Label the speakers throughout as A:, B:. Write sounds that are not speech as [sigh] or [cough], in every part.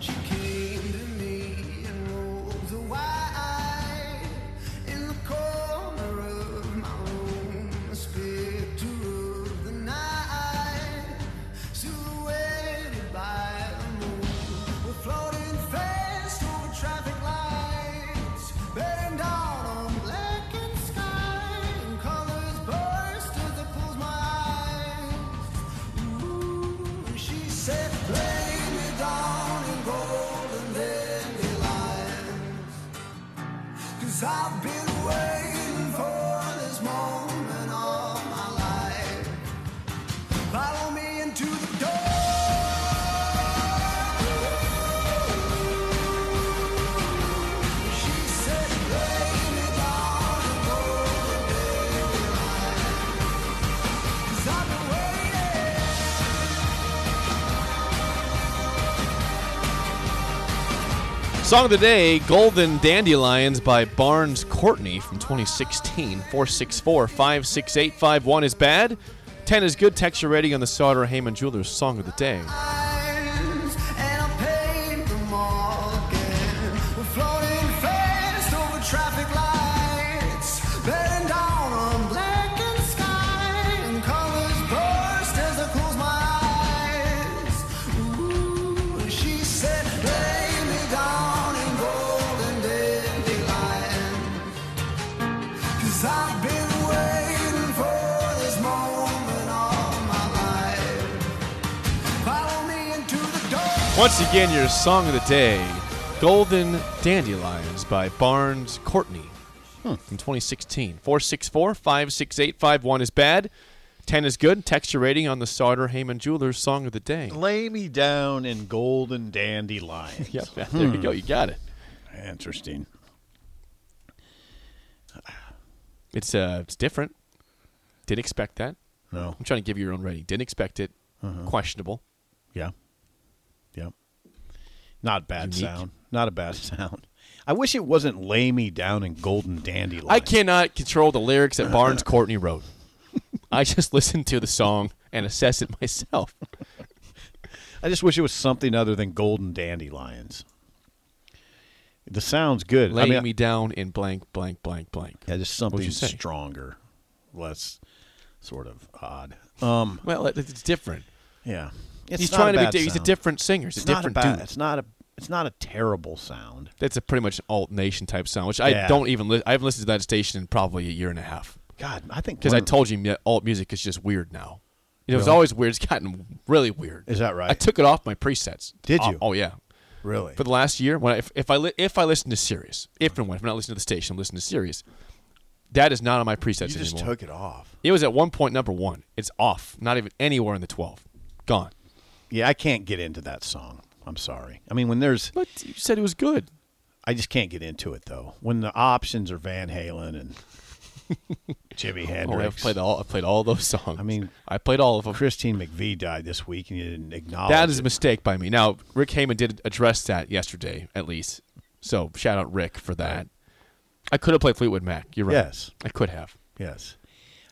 A: She came to me and rolled her wide in the corner of my room, a specter of the night, silhouetted by the moon. We're floating fast over traffic lights, bearing down on blackened sky, and colors burst as I close my eyes. Ooh, she said, "Lay me down in golden dandelions, 'cause I've been waiting for this moment all my life. Follow me into the door. She said, "Lay me down in golden dandelions, 'cause I've been waiting."
B: Song of the day, Golden Dandelions by Barnes Courtney from 2016. 464 56851 is bad. 10 is good. Text your rating on the Sauter Heyman Jewelers Song of the Day.
A: and I paint them all again. We're floating fast over traffic lights, bearing down on blackened sky, and colors burst as I close my eyes. Ooh, she said, "Lay me down in golden dandelions, 'cause I've been waiting for this moment all my life." Follow me into the door.
B: Once again, your Song of the Day, Golden Dandelions by Barnes Courtney from 2016. 464 56851 is bad. 10 is good. Text your rating on the Sauter Heyman Jewelers Song of the Day.
A: Oh,
C: Lay me down in golden dandelions.
B: Yep, there you go. You got it.
C: Interesting.
B: It's uh, it's different. Didn't expect that.
C: No.
B: I'm trying to give you your own rating. Didn't expect it.
C: Uh-huh.
B: Questionable.
C: Yeah. Yep. Not bad
B: Unique.
C: sound. Not a bad [laughs] sound. I wish it wasn't lay me down in golden dandelions.
B: I cannot control the lyrics
C: [laughs]
B: that Barnes Courtney wrote. [laughs] I just listen to the song and assess it myself.
C: [laughs] I just wish it was something other than golden dandelions. The sound's good.
B: Lay
C: I mean,
B: me down in blank, blank, blank, blank.
C: Yeah, just
B: What'd
C: something
B: you say?
C: stronger, less sort of odd. Um,
B: Well, it- it's different.
C: yeah. It's
B: he's
C: not
B: trying
C: a
B: to be.
C: bad
B: Di- he's a
C: sound.
B: different singer. He's
C: It's
B: a
C: not a
B: different
C: bad.
B: dude.
C: It's not a. It's not a terrible sound.
B: That's a pretty much alt nation type sound, which I
C: Yeah.
B: don't even. Li- I haven't listened to that station in probably a year and a half.
C: God, I think
B: Because I
C: one-
B: told you mu- alt music is just weird now. You know, It was
C: Really?
B: always weird. It's gotten really weird.
C: Is that right?
B: I took it off my presets.
C: Did
B: Oh-
C: you?
B: Oh, yeah.
C: really.
B: For the last year, when I, if, if I li- if I listen to Sirius, if and when if I'm not listening to the station, I'm listening to Sirius. That is not on my presets
C: you just
B: anymore.
C: took it off.
B: it was at one point number one. It's off. Not even anywhere in the twelve. Gone.
C: Yeah, I can't get into that song. I'm sorry. I mean, when there's,
B: But you said it was good.
C: I just can't get into it though. When the options are Van Halen
B: [laughs]
C: and Jimi
B: Oh, I've
C: Hendrix.
B: played all. I played all those songs.
C: I mean-
B: I played all of them.
C: Christine McVie died this week, and you didn't acknowledge
B: That is a
C: it.
B: mistake by me. Now, Rick Heyman did address that yesterday, at least. So shout out Rick for that. I could have played Fleetwood Mac. You're right.
C: Yes.
B: I could have.
C: Yes.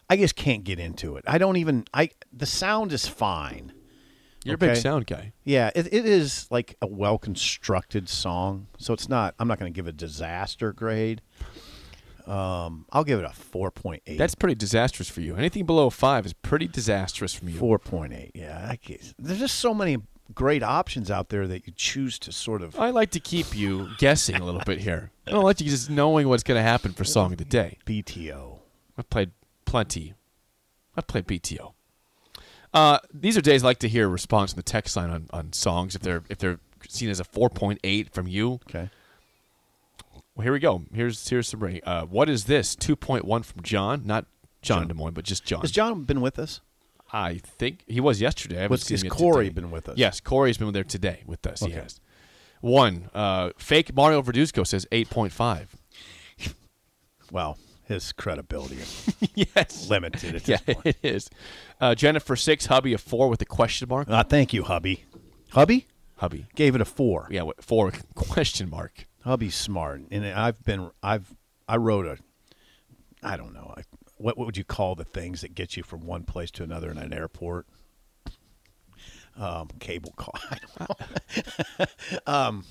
C: I just can't get into it. I don't even I the sound is fine.
B: You're a big
C: Okay.
B: sound guy.
C: Yeah, it, it is like a well constructed song. So it's not I'm not gonna give a disaster grade. Um I'll give it a four point eight.
B: That's pretty disastrous for you. Anything below a five is pretty disastrous from you.
C: four point eight. Yeah. I guess. There's just so many great options out there that you choose to sort of
B: I like to keep you guessing a little bit here. I don't like you just knowing what's going to happen for song of the day.
C: BTO.
B: I've played plenty. I've played BTO. Uh, these are days I like to hear a response in the text line on, on songs if they're if they're seen as a 4.8 from you.
C: Okay.
B: Well, here we go. Here's here's some rating. Uh, what is this? Two point one from John, not John, Des Moines, but just John.
C: Has John been with us?
B: I think he was yesterday. I haven't
C: Was-
B: seen
C: has
B: him yet
C: Corey
B: today.
C: been with us?
B: Yes, Corey's been there today with us. He
C: Okay.
B: has. One uh, fake Mario Verduzco says eight point five.
C: Well, his credibility is
B: yes.
C: limited at
B: [laughs] Yeah,
C: this point.
B: it is. Uh, Jennifer six, hubby a four with a question mark.
C: Uh, thank you, hubby. Hubby
B: hubby,
C: gave it a four.
B: yeah, what- four with question mark.
C: Hubby's smart, and I've been I've I wrote a I don't know I, what what would you call the things that get you from one place to another in an airport? Um, cable car. [laughs] I don't know.
B: [laughs]
C: um,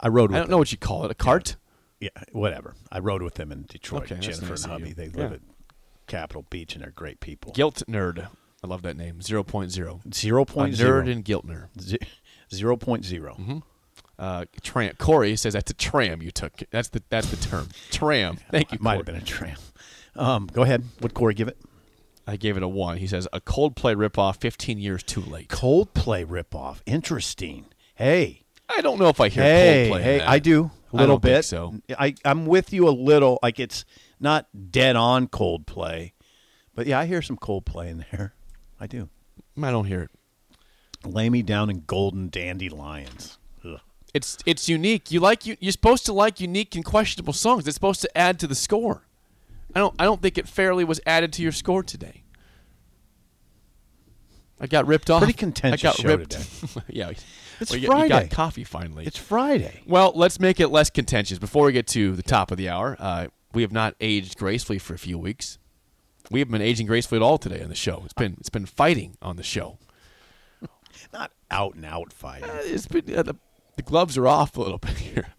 C: I rode. With
B: I don't know what you call it. A cart.
C: yeah, whatever. I rode with them in Detroit.
B: Okay, that's
C: Jennifer
B: nice of
C: and Hubby,
B: you.
C: they live
B: Yeah.
C: at Capitol Beach, and they're great people.
B: Guilt nerd. I love that name. 0.0.
C: Zero
B: A
C: point zero.
B: nerd Mm-hmm. and Guiltner.
C: Ze- zero point zero.
B: Uh, tram. Corey says that's a tram you took. That's the that's the term. Tram. Thank you.
C: It might
B: Corey.
C: have been a tram. Um, go ahead. Would Corey give it?
B: I gave it a one. He says a Coldplay ripoff, 15 years too late.
C: Coldplay ripoff. Interesting. Hey,
B: I don't know if I hear
C: hey,
B: Coldplay. in
C: hey.
B: that.
C: I do a
B: I
C: little
B: don't think
C: bit.
B: so.
C: I I'm with you a little. Like it's not dead on Coldplay, but yeah, I hear some Coldplay in there. I do.
B: I don't hear it.
C: Lay me down in golden dandelions. Ugh.
B: It's it's unique. You like you you're supposed to like unique and questionable songs. It's supposed to add to the score. I don't I don't think it fairly was added to your score today. I got ripped off.
C: Pretty contentious
B: I got
C: show
B: ripped.
C: today.
B: [laughs] yeah,
C: It's
B: you got- you
C: Friday.
B: got coffee finally.
C: It's Friday.
B: Well, let's make it less contentious before we get to the top of the hour. Uh, we have not aged gracefully for a few weeks. We haven't been aging gracefully at all today on the show. It's been it's been fighting on the show.
C: Not out and out fighting.
B: It's been uh, the, the gloves are off a little bit
C: [laughs]
B: here.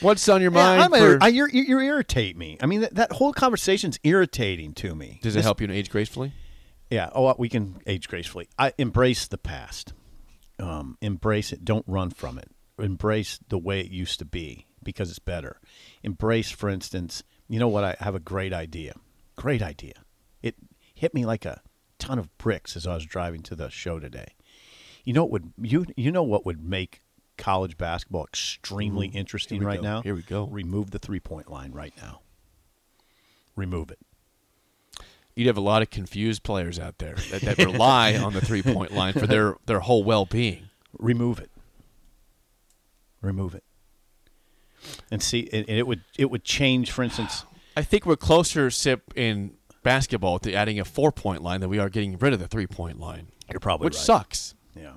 B: What's on your
C: Yeah,
B: mind?
C: I'm
B: for-
C: ir- I- you're, you're irritate me. I mean, that, that whole conversation's irritating to me.
B: does it help you to age gracefully?
C: Yeah. Oh, we can age gracefully. I embrace the past. Um, embrace it. Don't run from it. Embrace the way it used to be because it's better. Embrace, for instance, you know what? I have a great idea. Great idea. It hit me like a ton of bricks as I was driving to the show today. You know what would you you know what would make college basketball extremely interesting
B: we
C: right
B: go.
C: now?
B: Mm-hmm. Here we go.
C: Remove the three point line right now. Remove it.
B: You'd have a lot of confused players out there that, that rely on the three point line for their, their whole well being.
C: remove it remove it and see and and it would it would change for
B: [gasps]
C: instance
B: I think we're closer, Sip, in basketball to adding a four point line than we are getting rid of the three point line,
C: you're probably
B: which
C: right.
B: sucks.
C: yeah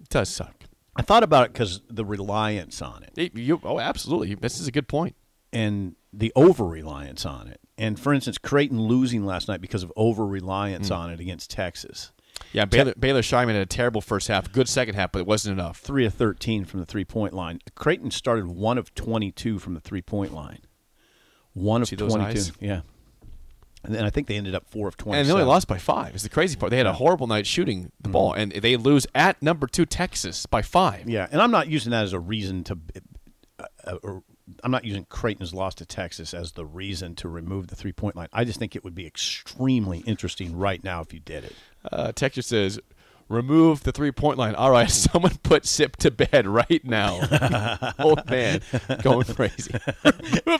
B: It does suck.
C: i thought about it because the reliance on it
B: It- you- oh, absolutely. This is a good point.
C: and the over reliance on it and for instance creighton losing last night because of over reliance
B: Hmm.
C: on it against texas
B: Yeah, Baylor, Baylor Shyman had a terrible first half, good second half, but it wasn't enough.
C: three of 13 from the three point line creighton started one of 22 from the three point line one of
B: See
C: 22
B: those eyes?
C: yeah and then i think they ended up four of 20
B: And they only lost by five. Is the crazy part. They had a horrible night shooting
C: Mm-hmm.
B: the ball, and they lose at number two Texas by five.
C: Yeah, and I'm not using that as a reason to. Uh, uh, or- I'm not using Creighton's loss to Texas as the reason to remove the three point line. I just think it would be extremely interesting right now if you did it.
B: Uh, Texas says, "Remove the three point line." All right, [laughs] someone put Sip to bed right now.
C: [laughs]
B: Old man, going crazy. Uh,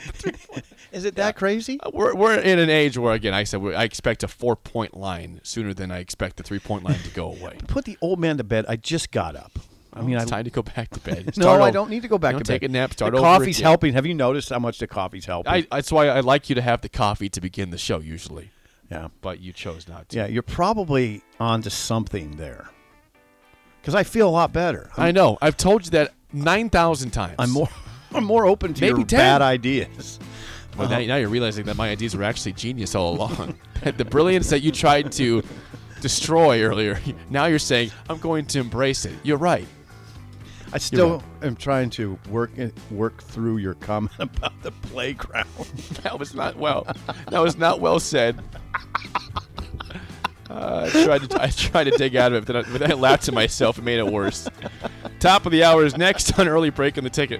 C: Is it that crazy?
B: We're, we're in an age where, again, I said we- I expect a four point line sooner than I expect the three point line to go
C: [laughs]
B: away.
C: Put the old man to bed. I just got up. I mean,
B: it's
C: I.
B: time to go back to bed.
C: no,
B: Start
C: I
B: over.
C: don't need to go back
B: You know,
C: to bed.
B: Take a nap. Start
C: the
B: over.
C: Coffee's
B: again.
C: helping. Have you noticed how much the coffee's helping?
B: I, that's why I like you to have the coffee to begin the show usually,
C: yeah,
B: but you chose not to.
C: yeah. You're probably onto something there. Because I feel a lot better. I'm,
B: I know. I've told you that nine thousand times.
C: I'm more. [laughs] I'm more open to
B: Maybe
C: your
B: 10.
C: bad ideas.
B: Well, now, now you're realizing that my ideas were actually genius all along. the brilliance [laughs] that you tried to destroy earlier, now you're saying, I'm going to embrace it. You're right.
C: I still am trying to work in, work through your comment [laughs] about the playground.
B: [laughs] That was not well. That was not well said. [laughs] Uh, I tried to I tried to dig out of it, but then I, but then I laughed to myself and made it worse. Top of the hour is next on early break on the ticket.